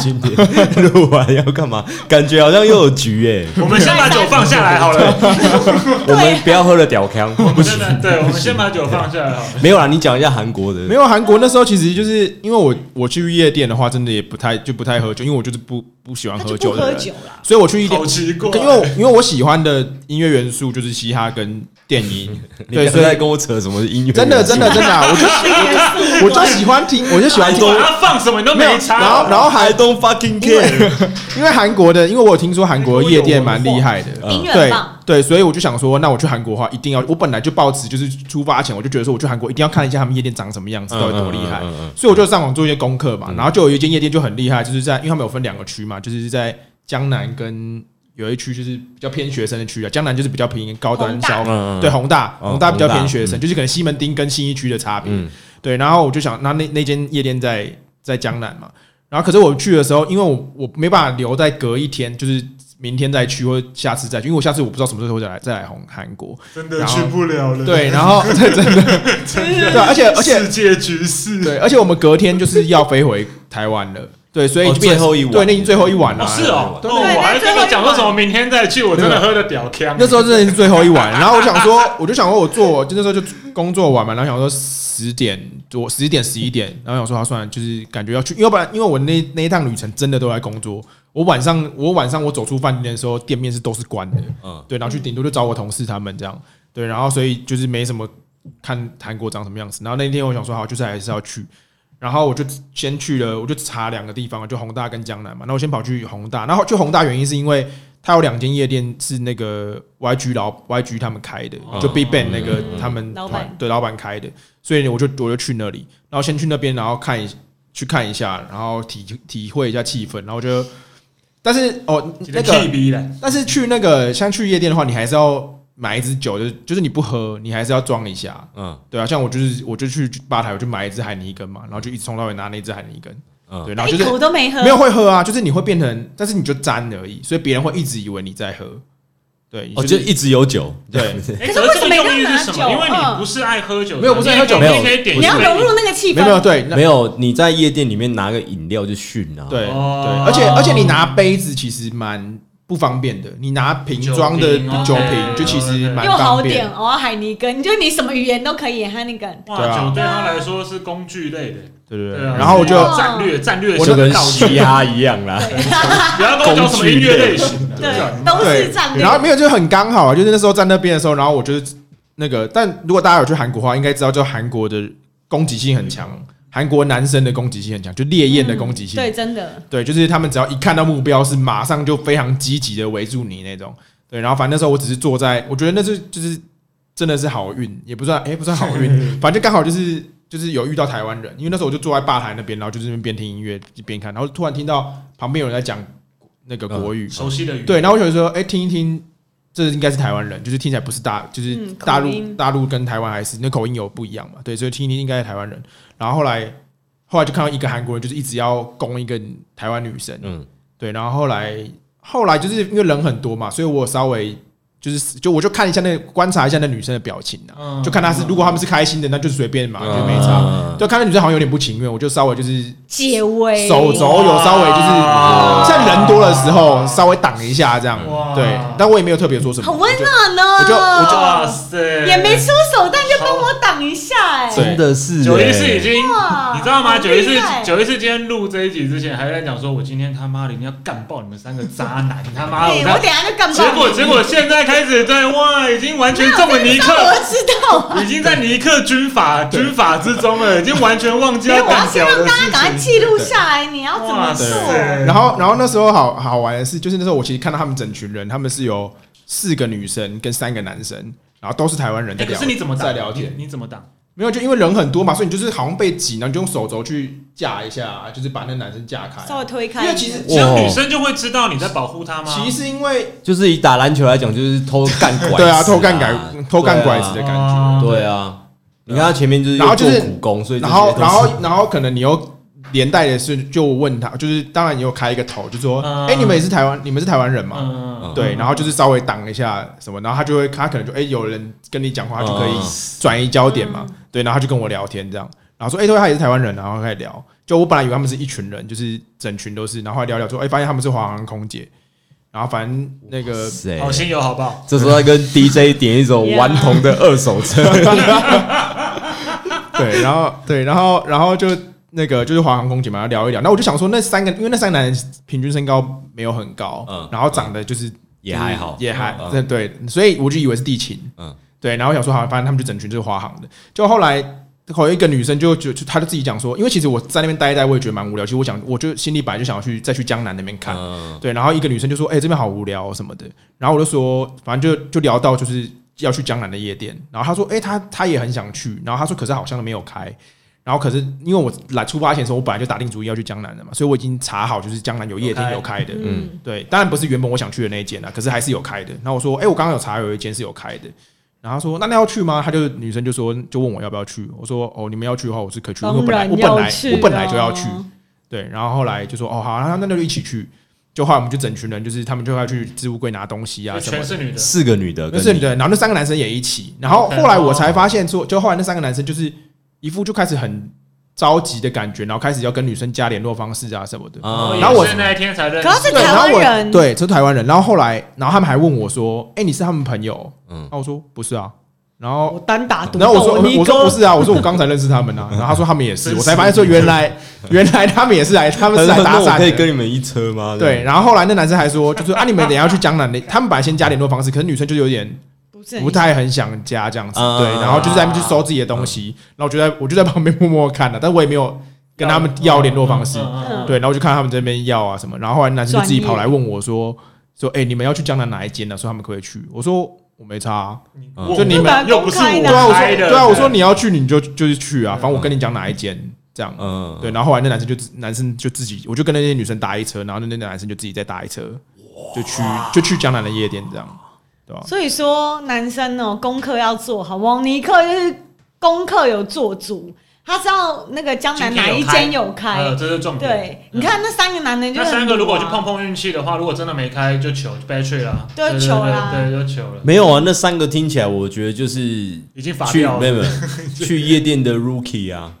今天录完要干嘛？感觉好像又有局 *laughs* 哎、我们先把酒放下来好了， *laughs* 我们啊不要喝了屌康，我们真的，对，我们先把酒放下来好了。没有啦，你讲一下韩国的。 *laughs* 没有韩国那时候，其实就是因为我我去夜店的话，真的也不太就不太喝酒，因为我就是不不喜欢他就酒不的喝人，酒啦，所以我去夜店好奇怪，因为我因为我喜欢的音乐元素就是嘻哈跟电音， *laughs* 你不对，要所以再跟我扯什么音乐，真的真的真的啊， *laughs* 我就我就喜欢听，我就喜欢你听。管他放什么你都没有没，差。哦然后然后，I 还 don't fucking care。因为韩国的，因为我有听说韩国夜店蛮厉害的，音乐很嗯对棒。对，所以我就想说，那我去韩国的话，一定要，我本来就抱持就是出发前我就觉得说，我去韩国一定要看一下他们夜店长什么样子，到底多厉害嗯嗯嗯嗯嗯。所以我就上网做一些功课嘛，然后就有一间夜店就很厉害，就是在因为他们有分两个区嘛，就是在江南跟有一区就是比较偏学生的区啊，江南就是比较偏高端消宏费大嗯嗯嗯，对宏大哦宏大比较偏学宏大生，就是可能西门町跟新一区的差别。嗯，对，然后我就想，那那那间夜店在在江南嘛，然后可是我去的时候，因为我我没办法留在隔一天，就是明天再去或下次再去，因为我下次我不知道什么时候会再来再来红韩国，真的去不了了。对，*laughs* 然后真的对，啊而且而且世界局势，对，而且我们隔天就是要飞回台湾了，对，所以哦就变成最后一晚对，那已经最后一晚了、哦是哦，对哦我还跟你讲说什么明天再去，我真的喝的屌呛。那时候真的是最后一晚，然后我想说，我就想说，我做就那时候就工作完嘛，然后想说十点多、十点、十一点，然后想说，啊，算了，就是感觉要去，要不然因为我那那一趟旅程真的都在工作，我晚上我晚上我走出饭店的时候，店面是都是关的，嗯嗯，对，然后去顶多就找我同事他们这样，对，然后所以就是没什么看韩国长什么样子，然后那天我想说，好，就是还是要去。然后我就先去了，我就查两个地方，就宏大跟江南嘛。那我先跑去宏大，然后去宏大原因是因为它有两间夜店是那个 YG 老 YG 他们开的，就 Big Bang 那个他们老板团对老板开的，所以我就我就去那里，然后先去那边，然后看一去看一下，然后体体会一下气氛，然后就但是哦那个 T B 了，但是去那个像去夜店的话，你还是要买一支酒，就是就是你不喝，你还是要装一下，嗯对啊，像我就是我就去吧台，我就买一支海尼根嘛，然后就一直从到尾拿那支海尼根，嗯对，他然后一就是哎口都没喝，没有会喝啊，就是你会变成，但是你就沾而已，所以别人会一直以为你在喝，对，哦，就就是一直有酒，对，哎可是为什么这一定个用意要拿是什酒么？因为嗯你不是爱喝酒的，没有不是爱喝酒你也可没有以你也可以点你要融入那个气没有没有氛。对，那没有你在夜店里面拿个饮料就训啊。对对，哦而且而且你拿杯子其实蛮不方便的，你拿瓶装的酒瓶哦酒对瓶就其实蛮又好方点便，哦，海尼根，就你什么语言都可以，海尼根。哇，对啊酒对他来说是工具类的，对对对，对啊，啊然后我就哦战略战略我就性的跟道具嘻哈一样啦。不要跟我讲什么音乐类型的，对这样，都对是战略。然后没有，就很刚好啊，就是那时候在那边的时候，然后我就是那个，但如果大家有去韩国的话，应该知道，就韩国的攻击性很强，韩国男生的攻击性很强，就烈焰的攻击性。对，真的。对，就是他们只要一看到目标，是马上就非常积极的围住你那种。对，然后反正那时候我只是坐在，我觉得那是就是真的是好运，也不算哎、不算好运，反正就刚好就是就是有遇到台湾人，因为那时候我就坐在吧台那边，然后就是那边边听音乐边看，然后突然听到旁边有人在讲那个国语，熟悉的语言，对，然后我想说，哎、听一听，这应该是台湾人，就是听起来不是大，就是嗯大口陆、音大陆跟台湾还是那口音有不一样嘛，对，所以听一听应该是台湾人。然后后来后来就看到一个韩国人，就是一直要攻一个台湾女生，嗯，对，然后后来后来就是因为人很多嘛，所以我稍微就是就我就看一下那个观察一下那女生的表情啊，嗯就看她是如果她们是开心的，那就随便嘛，就没差。差。就看那女生好像有点不情愿，我就稍微就是解围，手肘有稍微就是像人多的时候稍微挡一下这样哇，对，但我也没有特别说什么，很温暖呢。我就我就哇塞，也没出手，但就帮我挡一下，哎，对真的是九一欸四已经，哇你知道吗？好九一厉四害九一四今天录这一集之前，还在讲说，我今天他妈的一定要干爆你们三个渣男，他妈的！哎我等一下就干爆他结你。果结果现在开始在哇，已经完全中了尼克， *laughs* 我知道， *laughs* 已经在尼克军 *laughs* 法军法之中了，已经完全忘记因为要我要干先掉让的大家赶快事情。记录下来，你要怎么做哇。塞然后然后那时候好好玩的是，就是那时候我其实看到他们整群人，人，他们是有四个女生跟三个男生，然后都是台湾人在哎可聊，嗯是你怎么在打？聊天？你你怎么打？没有，就因为人很多嘛，所以你就是好像被挤，然后你就用手肘去架一下，啊就是把那男生架开啊。稍微推开一点，因为其实哇这样女生就会知道你在保护她吗？其实因为就是以打篮球来讲，就是偷干拐子、对啊，偷干拐偷干拐子的感觉。啊对啊，你看他前面就是然后就是又做苦工，所以这然些都后是然后然后可能你又连带的是就问他，就是当然你又开一个头，就说嗯哎，你们也是台湾，你们是台湾人嘛？嗯对，然后就是稍微挡一下什么，然后他就会，他可能就哎、有人跟你讲话，他就可以嗯转移焦点嘛，对，然后他就跟我聊天这样，然后说哎、对，他也是台湾人，然后开始聊，就我本来以为他们是一群人，就是整群都是，然后后来聊聊说哎、发现他们是华航空姐，然后反正那个谁好哦心有好报，这时候要跟 DJ 点一首 Yeah 顽童的二手车， *laughs* 对，然后对，然后然后就那个就是华航空姐嘛，聊一聊，那我就想说那三个，因为那三个男人平均身高没有很高，嗯然后长得就是也还好， *laughs* 也还嗯对对，所以我就以为是地勤，嗯嗯，对，然后我想说好，反正他们就整群就是花行的，就后来后来一个女生就就就她就自己讲说，因为其实我在那边待一待，我也觉得蛮无聊，其实我想我就心里本来就想要去再去江南那边看，嗯对，然后一个女生就说，哎、这边好无聊、哦、什么的，然后我就说，反正就就聊到就是要去江南的夜店，然后她说，哎、她她也很想去，然后她说，可是好像没有开。然后可是因为我来出发前的时候，我本来就打定主意要去江南的嘛，所以我已经查好，就是江南有夜店有有开的，嗯，对，当然不是原本我想去的那一间啊啦，可是还是有开的。然后我说，哎、我刚刚有查有一间是有开的。然后他说，那那要去吗？他就女生就说，就问我要不要去。我说，哦，你们要去的话，我是可以去，因为我当本来然我本要来去，啊我本来就要去。对，然后后来就说，哦，好，那那就一起去。就后来我们就整群人，就是他们就要去置物柜拿东西啊就什么全的。是女的，四个女的，那是女，的，然后那三个男生也一起。然后后来我才发现嗯说，就后来那三个男生就是一副就开始很着急的感觉，然后开始要跟女生加联络方式啊什么的。啊然后我哦也是那一天才认识可是 *laughs* 对，台然后湾我人对，这是台湾人。然后后来，然后他们还问我说：“哎、你是他们朋友？”嗯嗯，那我说不是啊。然我后，单打独然斗，后我说尼我说哥不是啊，我说我刚才认识他们 *laughs* 啊。然后他说他们也是，真我是才发现说原来原来他们也是来，他们他是来说搭那我可以讪跟的。你们一车吗？对，，然后后来那男生还说，就是啊，你们等一下要去江南 *laughs* 的，他们本来先加联络方式，可是女生就有点不是很不太很想加这样子，啊嗯对，然后就在那边去收自己的东西，然后我就在我就在旁边默默看了，啊但我也没有跟他们要联络方式，嗯嗯嗯嗯对，然后我就看他们这边要啊什么，然后后来男生就自己跑来问我说说，哎、你们要去江南哪一间啊呢、说他们可不可以去？我说我没差、啊，嗯就你们那又不是公开我的对啊，我说开的，嗯对啊，我说你要去你就就是去啊，反正我跟你讲哪一间这样，嗯，对，然后后来那男生就自男生就自己，我就跟那些女生搭一车，然后那那男生就自己再搭一车，就去就去江南的夜店这样，对吧、所以说，男生哦，功课要做好。王尼克就是功课有做足，他知道那个江南哪一间有呃开。这是重点。嗯对，你看那三个男人就那很三多个啊如果去碰，碰运气的话，如果真的没开，就球就被去了，对对对球啦对，对就球了，没有啊，那三个听起来我觉得就是已经罚去掉没有了。没有 *laughs* 去夜店的 Rookie 啊，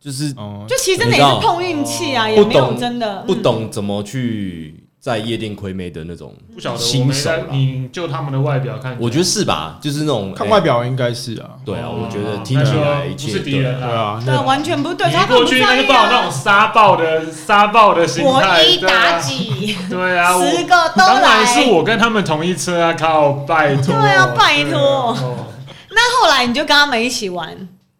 就是哦，就其实真的也是碰运气啊，也没不有懂真的不。懂怎么去在夜店窥妹的那种不晓得我新没手在，啦。你就他们的外表看起来，我觉得是吧，就是那种看哎外表应该是啊，对啊，哦我觉得那听起就来一不切是敌人对啦啊，嗯对，那完全不啊对。你他一过去应该就抱那种杀爆的杀爆的心态，我一打对啊几， *laughs* 对啊，我十个都当然是来。我跟他们同一车啊，靠，拜托，对啊拜托对啊那后来你就跟他们一起玩，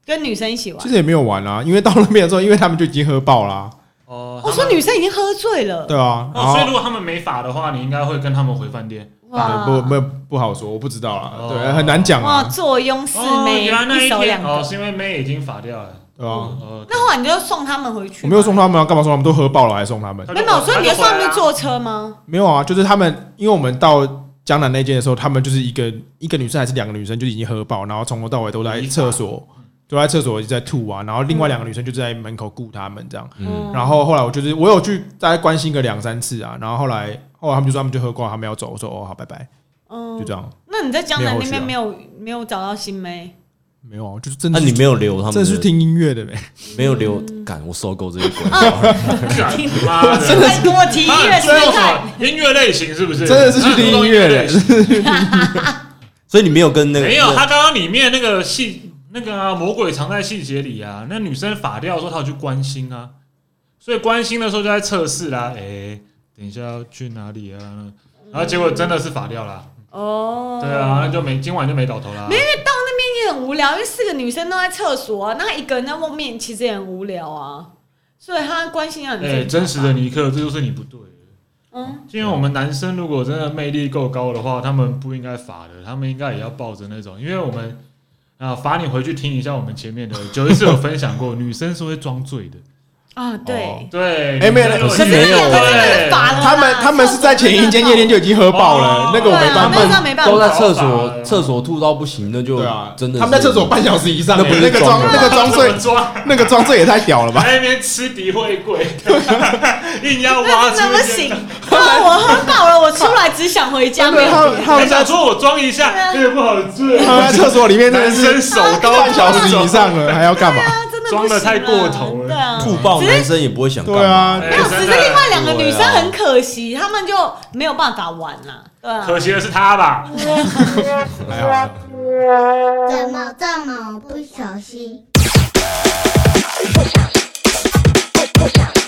跟女生一起玩其。实也没有玩啊，因为到那边的时候，因为他们就已经喝爆啦、哦，我说女生已经喝醉了，对啊，然哦，后所以如果他们没法的话，你应该会跟他们回饭店。哇对啊呃不不不好说，我不知道啦，哦对，很难讲哇，啊，坐拥四哦，妹，原来那一手两天哦，个。是因为妹已经罚掉了。对啊，哦，那后来你就送他们回去。我没有送，他们啊，干嘛送他们？都喝爆了还送他们？他没就有，所以你就就送他们回来啊坐车吗？没有啊，就是他们，因为我们到江南那间的时候，他们就是一个一个女生还是两个女生就已经喝爆，然后从头到尾都在嗯厕所，都在厕所一直在吐啊，然后另外两个女生就在门口顾他们这样。嗯然后后来我就是我有去大概关心个两三次啊，然后后来后来他们就说他们就喝光，他们要走，我说哦好拜拜，嗯就这样，那你在江南那边没没有没有找到新妹？没有啊，就是真那的你是没有留他们真的，的是听音乐的呗。没有留，干我收购这一关，干哎妈的，真 *laughs* 在跟我提音啊乐试试看。音乐类型是不是？真的是去听音乐类型。所以你没有跟那个没有，他刚刚里面那个细那个啊，魔鬼藏在细节里啊。那女生法掉说她有去关心啊，所以关心的时候就在测试啦。哎，等一下要去哪里啊？然后结果真的是法掉啦。哦，对啊，那就没今晚就没倒头啦。没也很无聊，因为四个女生都在厕所啊，那她一个人在外面其实也很无聊啊，所以她关心要很哎，真实的尼克，这就是你不对。嗯，就因为我们男生如果真的魅力够高的话，他们不应该罚的，他们应该也要抱着那种，因为我们啊罚你回去听一下我们前面的，九一是有分享过，女生是会装醉的，啊，对，对，哎没有女生可是如果没有啊对可是那个法了啦他们他们是在前一间夜店就已经喝爆了哦，那个我没办对啊那法那。没办法都在厕好吧所厕所吐到不行，那就对啊，真的他们在厕所半小时以上，欸那不是那个装装的那个装怎醉么抓，那个装醉也太屌了吧！在那边吃敌会跪，硬要挖那出真的不一行些。。 *laughs* 那我喝饱了，我出来只想回家，没对，有他别们的他还们在想哎说我装一下，这也不好醉。他们在厕所里面真的男是生手刀半小时以上了，还要干嘛？啊真的不装得行太啦过头了对啊，吐爆，只是男生也不会想干嘛。对啊哎没有，只是另外两个女生对啊很可惜，她们就没有办法玩啦。对啊，可惜的是他吧，还好怎么这么不小心？不小心，不小心，